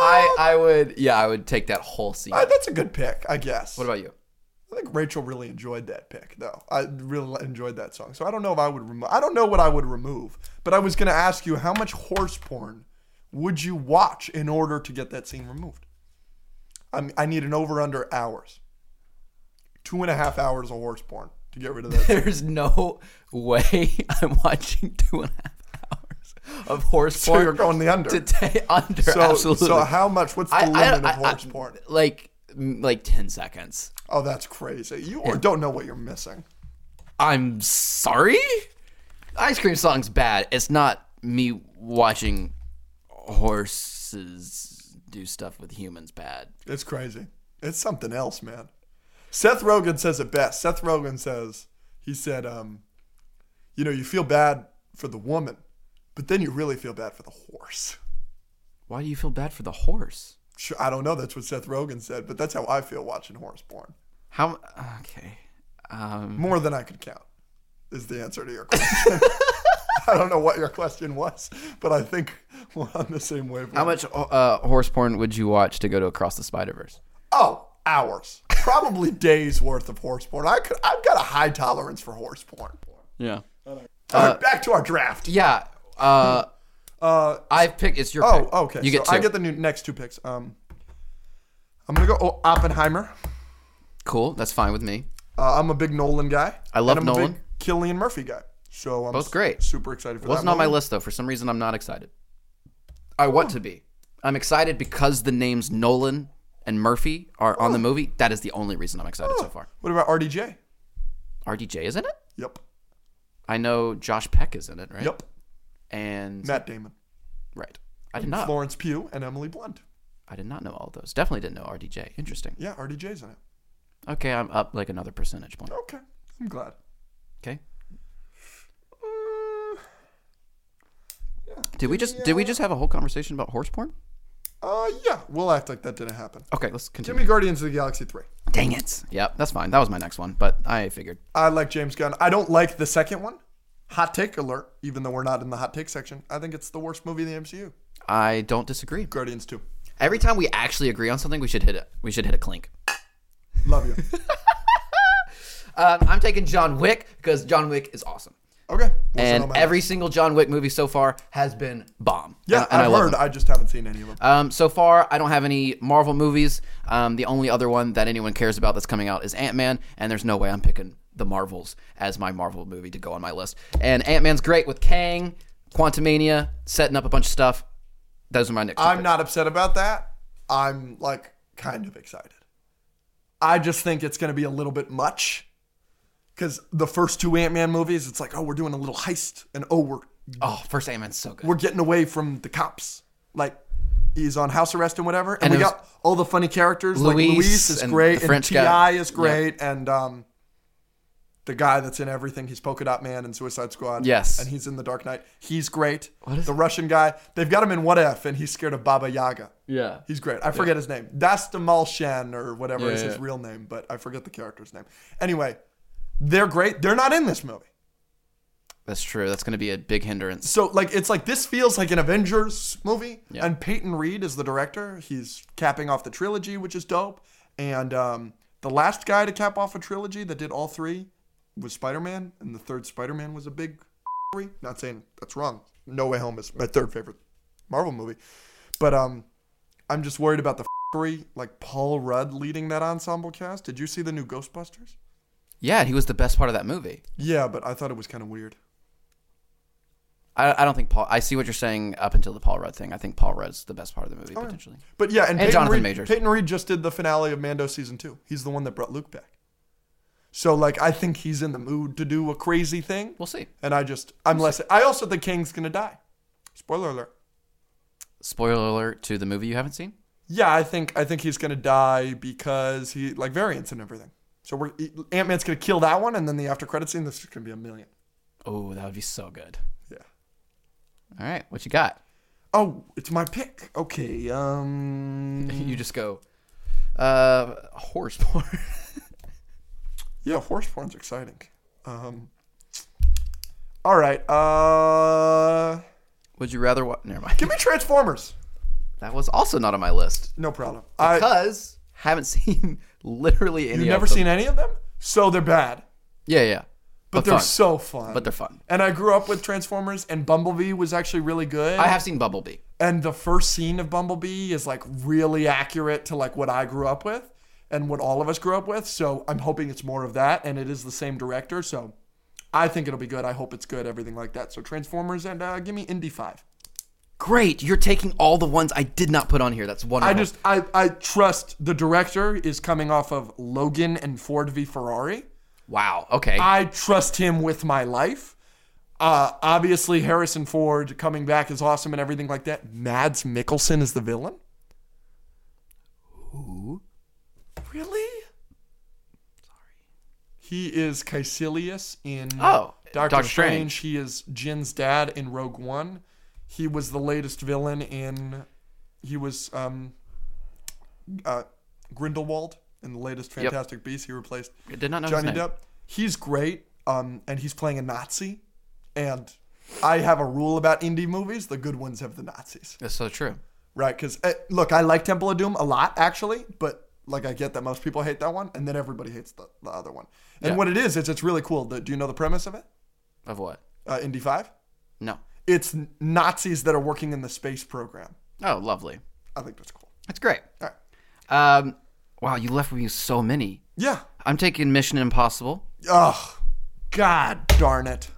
S2: I, I would, yeah, I would take that whole scene.
S1: Uh,
S2: What
S1: that's a good pick, I guess.
S2: about you? [LAUGHS]
S1: I think Rachel really enjoyed that pick, though. I really enjoyed that song, so I don't know if I would. Remo- I don't know what I would remove, but I was going to ask you how much horse porn would you watch in order to get that scene removed? I'm, I need an over under hours, two and a half hours of horse porn to get rid of that.
S2: [LAUGHS]
S1: scene.
S2: There's no way [LAUGHS] I'm watching two and a half hours of horse
S1: so
S2: porn
S1: you're going the under.
S2: to take [LAUGHS] under.
S1: so,
S2: absolutely.
S1: so how much? What's the
S2: I- I-
S1: limit
S2: I-
S1: of horse
S2: I-
S1: porn?
S2: Like, mm, like ten seconds.
S1: Oh, that's crazy. You or don't know what you're missing.
S2: I'm sorry. Ice cream song's bad. It's not me watching horses do stuff with humans bad.
S1: It's crazy. It's something else, man. Seth Rogen says it best. Seth Rogen says, he said, um, you know, you feel bad for the woman, but then you really feel bad for the horse.
S2: Why do you feel bad for the horse?
S1: Sure, I don't know. That's what Seth Rogen said, but that's how I feel watching horse porn.
S2: How? Okay. Um,
S1: More than I could count is the answer to your [LAUGHS] question. I don't know what your question was, but I think we're on the same wavelength.
S2: how much uh, horse porn would you watch to go to Across the Spider Verse?
S1: Oh, hours. Probably days worth of horse porn. I could. I've got a high tolerance for horse porn.
S2: Yeah.
S1: All right, back to our draft.
S2: Yeah. Uh,
S1: Uh,
S2: I've picked. It's your.
S1: oh,
S2: pick.
S1: okay.
S2: You get
S1: so
S2: two.
S1: I get the new, next two picks. Um, I'm gonna go oh, Oppenheimer.
S2: cool. That's fine with me.
S1: Uh, I'm a big Nolan guy.
S2: I love
S1: and I'm A
S2: Nolan.
S1: big Killian Murphy guy. So I'm
S2: Both
S1: s-
S2: great.
S1: Super excited for that.
S2: Wasn't on my
S1: movie.
S2: list though. For some reason, I'm not excited. I want to be. I'm excited because the names Nolan and Murphy are on the movie. That is the only reason I'm excited so far.
S1: What about RDJ?
S2: RDJ is in it.
S1: Yep.
S2: I know Josh Peck is in it, right?
S1: Yep.
S2: And
S1: Matt Damon,
S2: right. I did not.
S1: Florence Pugh, and Emily Blunt.
S2: I did not know all those. Definitely didn't know RDJ. Interesting.
S1: Yeah, RDJ's in it.
S2: Okay, I'm up like another percentage point.
S1: Okay, I'm glad.
S2: Okay. Mm. Did we just did we just have a whole conversation about horse porn?
S1: Uh, yeah, we'll act like that didn't happen.
S2: Okay, let's continue.
S1: Jimmy Guardians of the Galaxy three.
S2: Dang it. Yep, that's fine. That was my next one, but I figured.
S1: I like James Gunn. I don't like the second one. Hot take alert. Even though we're not in the hot take section, I think it's the worst movie in the MCU.
S2: I don't disagree.
S1: Guardians two.
S2: Every time we actually agree on something, we should hit it. We should hit a clink.
S1: Love you.
S2: Um, I'm taking John Wick because John Wick is awesome,
S1: Okay. We'll sit on
S2: and
S1: my
S2: every single John Wick movie so far has been bomb.
S1: yeah,
S2: and, and
S1: I've
S2: love
S1: heard.
S2: them.
S1: I just haven't seen any of them.
S2: Um, so far, I don't have any Marvel movies. Um, the only other one that anyone cares about that's coming out is Ant Man, and there's no way I'm picking the Marvels as my Marvel movie to go on my list. And Ant Man's great with Kang, Quantumania, setting up a bunch of stuff. Those are my next. two
S1: I'm
S2: picks.
S1: not upset about that. I'm like kind of excited. I just think it's going to be a little bit much because the first two Ant Man movies, it's like, oh, we're doing a little heist, and oh, we're
S2: Oh, first Ant Man's so good.
S1: we're getting away from the cops. Like he's on house arrest and whatever, and,
S2: And
S1: we
S2: it was-
S1: got all the funny characters.
S2: Luis
S1: like Luis is
S2: and
S1: great,
S2: the
S1: and
S2: French
S1: Ti
S2: guy.
S1: is great, and um, the guy that's in everything. He's Polka Dot Man in Suicide Squad.
S2: Yes.
S1: and he's in The Dark Knight. He's great.
S2: is-
S1: the Russian guy? They've got him in What If, and he's scared of Baba Yaga.
S3: Yeah.
S1: He's great. I forget his name. Dastamalshan or whatever is
S3: Yeah,
S1: his
S3: yeah.
S1: real name, but I forget the character's name. Anyway, they're great. They're not in this movie.
S2: That's true. That's going to be a big hindrance.
S1: So like it's like this feels like an Avengers movie.
S2: Yeah.
S1: And Peyton Reed is the director. He's capping off the trilogy, which is dope. And um, the last guy to cap off a trilogy that did all three was Spider-Man, and the third Spider-Man was a big three. Not saying that's wrong. No Way Home is my third favorite Marvel movie, but um, I'm just worried about the three. Like Paul Rudd leading that ensemble cast. Did you see the new Ghostbusters?
S2: Yeah, he was the best part of that movie.
S1: Yeah, but I thought it was kind of weird.
S2: I, I don't think Paul. I see what you're saying up until the Paul Rudd thing. I think Paul Rudd's the best part of the movie potentially.
S1: But yeah, and, Peyton
S2: Jonathan
S1: Reed,
S2: Majors.
S1: Peyton Reed just did the finale of Mando season two. He's the one that brought Luke back. So like, I think he's in the mood to do a crazy thing.
S2: We'll see.
S1: And I just, I'm less. I also think Kang's gonna die. Spoiler alert.
S2: Spoiler alert to the movie you haven't seen.
S1: Yeah, I think I think he's gonna die because he like variants and everything. So we're Ant Man's gonna kill that one, and then the after credit scene. There's gonna be a million.
S2: Oh, that would be so good.
S1: Yeah.
S2: All right, what you got? [LAUGHS]
S1: Oh, it's my pick. Okay. Um.
S2: You just go, uh, horse porn. [LAUGHS]
S1: Yeah, horse porn's exciting. Um. All right. Uh.
S2: Would you rather what? Never mind. [LAUGHS]
S1: Give me Transformers.
S2: That was also not on my list
S1: No problem. I
S2: because haven't [LAUGHS] seen literally
S1: you've
S2: any. of
S1: never
S2: them.
S1: seen any of them, so they're bad,
S2: Yeah, yeah.
S1: but,
S2: But,
S1: they're
S2: fun.
S1: so fun.
S2: But they're fun.
S1: And I grew up with Transformers, and Bumblebee was actually really good.
S2: I have seen Bumblebee.
S1: and the first scene of Bumblebee is like really accurate to like what I grew up with and what all of us grew up with. So I'm hoping it's more of that, and it is the same director. So I think it'll be good. I hope it's good. Everything like that. So Transformers, and uh, give me Indy Five.
S2: Great, you're taking all the ones I did not put on here. That's
S1: I
S2: wonderful.
S1: just I, I trust the director is coming off of Logan and Ford v Ferrari.
S2: wow. Okay.
S1: I trust him with my life. Uh, obviously, Harrison Ford coming back is awesome and everything like that. Mads Mikkelsen is the villain. Who? Really? Sorry. He is Caecilius in
S2: Oh,
S1: Doctor,
S2: Doctor
S1: Strange.
S2: Strange.
S1: He is Jin's dad in Rogue One. He was the latest villain in. He was um, uh, Grindelwald in the latest Fantastic Beasts. He replaced
S2: I did not know
S1: Johnny
S2: his name.
S1: Depp. He's great, um, and he's playing a Nazi. And I have a rule about indie movies: the good ones have the Nazis,
S2: That's so true.
S1: right? Because uh, look, I like Temple of Doom a lot, actually, but like I get that most people hate that one, and then everybody hates the, the other one. And what it is is it's really cool. The, do you know the premise of it?
S2: Of what?
S1: Uh, Indy Five.
S2: No.
S1: it's Nazis that are working in the space program.
S2: Oh, lovely.
S1: I think that's cool.
S2: That's great.
S1: All right.
S2: Um, wow, you left with me so many.
S1: Yeah.
S2: I'm taking Mission Impossible.
S1: Ugh. God darn it.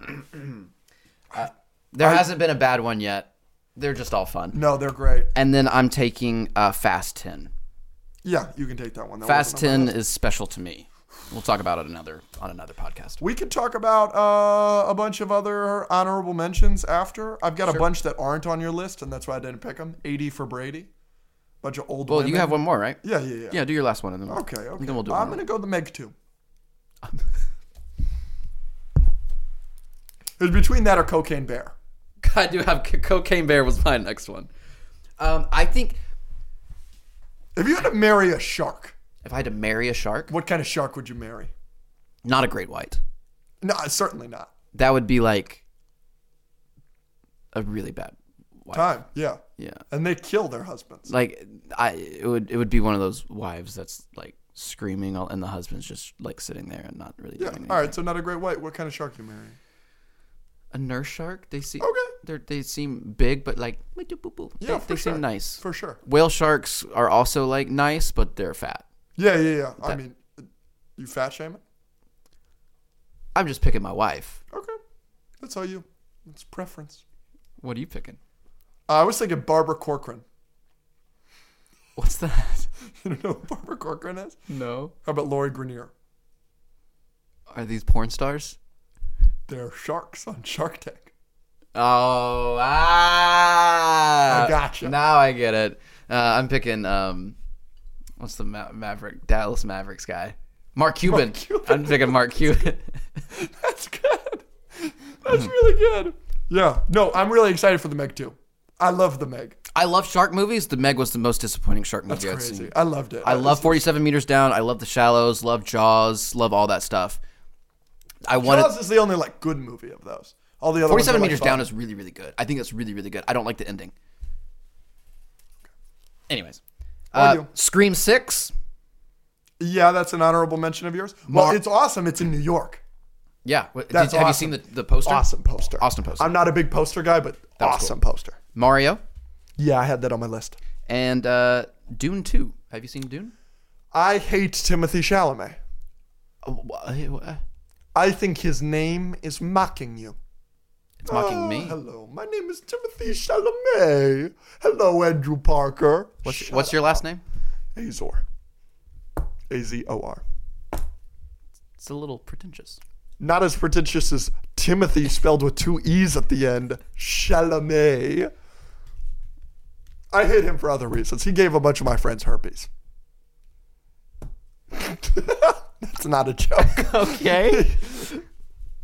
S2: There hasn't been a bad one yet. They're just all fun.
S1: No, they're great.
S2: And then I'm taking uh, Fast 10.
S1: Yeah, you can take that one. That
S2: Fast
S1: wasn't on my
S2: 10
S1: list.
S2: is special to me. We'll talk about it another on another podcast.
S1: We could talk about uh, a bunch of other honorable mentions after. I've got a bunch that aren't on your list, and that's why I didn't pick them. 80 for Brady. Bunch of old
S2: Well,
S1: women.
S2: you have one more, right?
S1: Yeah, yeah, yeah.
S2: Yeah, do your last one and then we'll,
S1: Okay, okay.
S2: Then we'll do
S1: I'm
S2: one.
S1: going to go the Meg 2. it's between that or Cocaine Bear.
S2: [LAUGHS] I do have Cocaine Bear was my next one. Um, I think
S1: If you had to marry a shark,
S2: if I had to marry a shark,
S1: what kind of shark would you marry?
S2: not a great white.
S1: No, certainly not.
S2: That would be like a really bad wife.
S1: Time, yeah.
S2: Yeah.
S1: And they kill their husbands.
S2: like I it would it would be one of those wives that's like screaming all, and the husband's just like sitting there and not really
S1: Yeah.
S2: doing anything.
S1: All right, so not a great white. What kind of shark do you marry?
S2: A nurse shark, they seem
S1: Okay.
S2: they they seem big but like they,
S1: Yeah,
S2: they
S1: for sure.
S2: seem nice.
S1: For sure.
S2: Whale sharks are also like nice but they're fat.
S1: Yeah, yeah, yeah. I mean, uh, you fat shaming?
S2: I'm just picking my wife.
S1: Okay. That's all you. It's preference.
S2: What are you picking?
S1: I was thinking Barbara Corcoran. [LAUGHS]
S2: What's that?
S1: You don't know who Barbara Corcoran is?
S2: No.
S1: How about Lori Grenier?
S2: Are these porn stars?
S1: They're sharks on Shark Tank. [LAUGHS]
S2: Oh, ah!
S1: I gotcha.
S2: Now I get it. Uh, I'm picking um, what's the Ma- Maverick Dallas Mavericks guy? Mark Cuban.
S1: Cuban.
S2: I'm
S1: [LAUGHS]
S2: picking Mark Cuban.
S1: That's good.
S2: Hmm.
S1: That's really good. Yeah. No, I'm really excited for the Meg too. I love the Meg.
S2: I love shark movies. The Meg was the most disappointing shark movie I've
S1: Crazy.
S2: seen.
S1: I loved it.
S2: I love 47 meters down. I love The Shallows. Love Jaws. Love all that stuff. I wanted
S1: Jaws is the only like good movie of those. All the other ones are,
S2: 47
S1: like,
S2: meters
S1: fun.
S2: down is really really good. I think that's really really good. I don't like the ending. Anyways,
S1: I
S2: uh,
S1: do.
S2: Scream Six.
S1: Yeah, that's an honorable mention of yours. well,
S2: Mar-
S1: it's awesome. It's in New York.
S2: Yeah, What- did-
S1: That's
S2: have you
S1: awesome.
S2: seen the, the poster?
S1: Awesome poster.
S2: Awesome poster.
S1: I'm not a big poster guy, but
S2: was
S1: awesome poster.
S2: Mario
S1: Yeah, I had that on my list.
S2: and uh, Dune Two. Have you seen Dune?
S1: I hate Timothy Chalamet.
S2: Uh, wh- uh, uh,
S1: I think his name is mocking you.
S2: It's mocking
S1: Oh,
S2: me.
S1: Hello, my name is Timothy Chalamet. Hello, Andrew Parker.
S2: What's, what's your last name?
S1: Azor? A Z O R.
S2: It's a
S1: [LAUGHS]
S2: little pretentious.
S1: Not as pretentious as Timothy spelled with two E's at the end. Chalamet. I hate him for other reasons. He gave a bunch of my friends herpes. [LAUGHS] That's not a joke. [LAUGHS]
S2: Okay.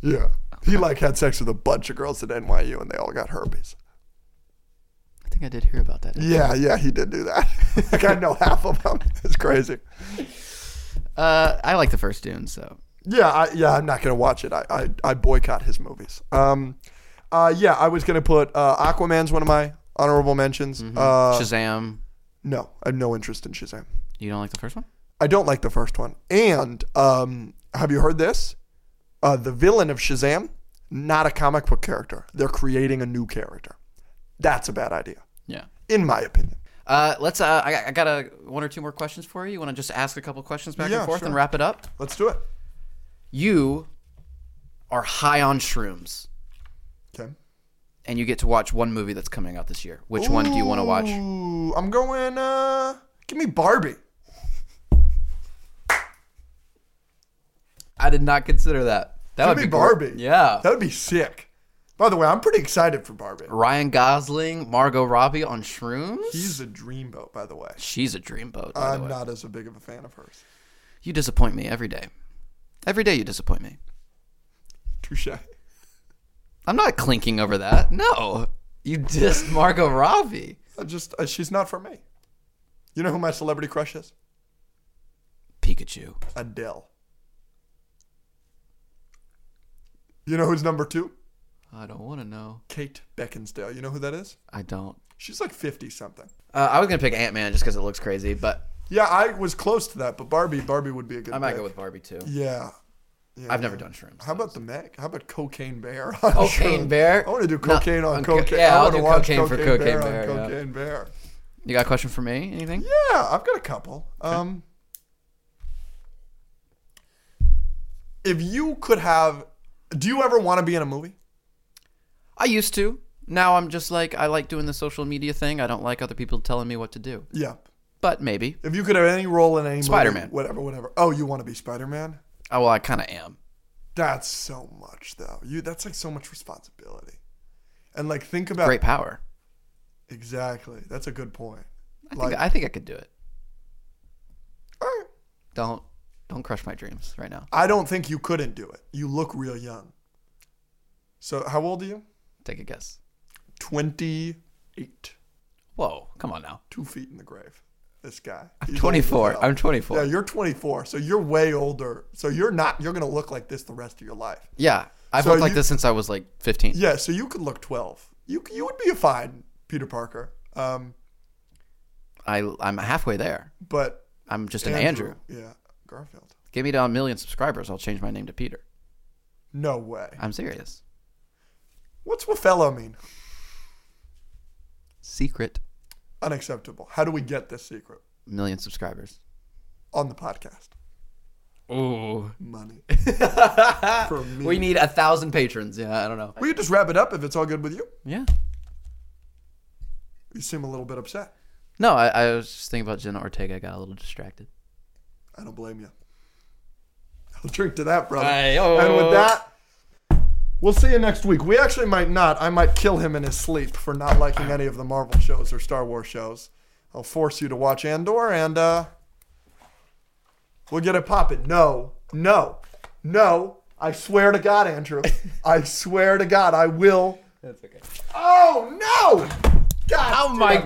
S1: yeah. He like had sex with a bunch of girls at NYU and they all got herpes.
S2: I think I did hear about that.
S1: Yeah, yeah, he did do that. [LAUGHS] like I know half of them. [LAUGHS] It's crazy.
S2: Uh, I like the first Dune, so
S1: Yeah, I, yeah, I'm not gonna watch it. I, I, I boycott his movies. Um, uh, yeah, I was gonna put uh, Aquaman's one of my honorable mentions.
S2: Mm-hmm.
S1: Uh,
S2: Shazam.
S1: no, I have no interest in Shazam.
S2: You don't like the first one?
S1: I don't like the first one. And um, have you heard this? Uh, the villain of Shazam, not a comic book character. They're creating a new character. That's a bad idea,
S2: Yeah.
S1: in my opinion.
S2: Uh, let's. Uh, I, got- I got a one or two more questions for you. You want to just ask a couple questions back
S1: Yeah,
S2: and forth
S1: sure.
S2: and wrap it up?
S1: Let's do it.
S2: You are high on shrooms,
S1: Okay.
S2: and you get to watch one movie that's coming out this year. Which one do you want to watch?
S1: Ooh, I'm going. Uh, give me Barbie.
S2: I did not consider that. That
S1: Give
S2: would
S1: me
S2: be
S1: Barbie.
S2: great. Yeah.
S1: That would be sick. By the way, I'm pretty excited for Barbie.
S2: Ryan Gosling, Margot Robbie on shrooms.
S1: He's a dreamboat, by the way.
S2: She's a dreamboat. By the
S1: I'm
S2: way.
S1: not as a big of a fan of hers.
S2: You disappoint me every day. Every day you disappoint me.
S1: Touche.
S2: I'm not clinking over that. No,
S1: [LAUGHS]
S2: you dissed Margot Robbie.
S1: I just uh, she's not for me. You know who my celebrity crush is?
S2: Pikachu.
S1: Adele. You know who's number two?
S2: I don't want to know.
S1: Kate Beckinsdale. You know who that is?
S2: I don't.
S1: She's like fifty something.
S2: Uh, I was gonna pick Ant Man just because it looks crazy, but
S1: Yeah, I was close to that, but Barbie, Barbie would be a good.
S2: I might
S1: pick.
S2: go with Barbie too.
S1: Yeah.
S2: I've never done shrooms.
S1: How about the Meg? How about Cocaine Bear? [LAUGHS]
S2: Cocaine Bear?
S1: I want to do
S2: No,
S1: cocaine on
S2: on co-
S1: cocaine.
S2: yeah,
S1: I
S2: I'll
S1: want to
S2: do
S1: watch
S2: cocaine for Cocaine
S1: Bear,
S2: Bear,
S1: on
S2: yeah.
S1: Cocaine Bear.
S2: You got a question for me? Anything?
S1: Yeah, I've got a couple. Um, if you could have, do you ever want to be in a movie?
S2: I used to. Now I'm just like I like doing the social media thing. I don't like other people telling me what to do.
S1: Yeah.
S2: But maybe.
S1: If you could have any role in any movie,
S2: Spider-Man.
S1: whatever, whatever. Oh, you want to be Spider Man?
S2: Oh well, I kind of am.
S1: That's so much though. You that's like so much responsibility. And like think about
S2: Great power.
S1: exactly. That's a good point.
S2: I think,
S1: Like,
S2: I think I could do it.
S1: all right.
S2: Don't don't crush my dreams right now.
S1: I don't think you couldn't do it. You look real young. So how old are you?
S2: Take a guess.
S1: Twenty eight.
S2: Whoa, come on now.
S1: Two feet in the grave. This guy.
S2: I'm
S1: He's old as
S2: 24.
S1: hell.
S2: I'm 24.
S1: Yeah,
S2: Yeah,
S1: you're 24, so you're way older. So you're not. You're gonna look like this the rest of your life.
S2: I've
S1: So
S2: looked like
S1: you-
S2: this since I was like 15.
S1: Yeah, so you could look 12. You you would be a fine Peter Parker. Um,
S2: I I'm halfway there.
S1: but
S2: I'm just an Andrew.
S1: Yeah, Garfield.
S2: Get me to a million subscribers. I'll change my name to Peter.
S1: No way.
S2: I'm serious.
S1: What's Wafello mean?
S2: Secret
S1: Unacceptable. How do we get this secret
S2: million subscribers.
S1: on the podcast?
S3: Ooh.
S2: [LAUGHS]
S1: Money. For me.
S2: We need a thousand patrons. Yeah, I don't know.
S1: We could just wrap it up if it's all good with you.
S2: Yeah.
S1: You seem a little bit upset.
S2: No, I, I was just thinking about Jenna Ortega. I got a little distracted.
S1: I don't blame you. I'll drink to that, brother.
S3: Ayo.
S1: And with that, we'll see you next week. We actually might not. I might kill him in his sleep for not liking any of the Marvel shows or Star Wars shows. I'll force you to watch Andor, and uh, we'll get it popping. No, no, no. I swear to God, Andrew. I swear to God, I will.
S3: That's okay.
S1: Oh, no! God
S2: Oh my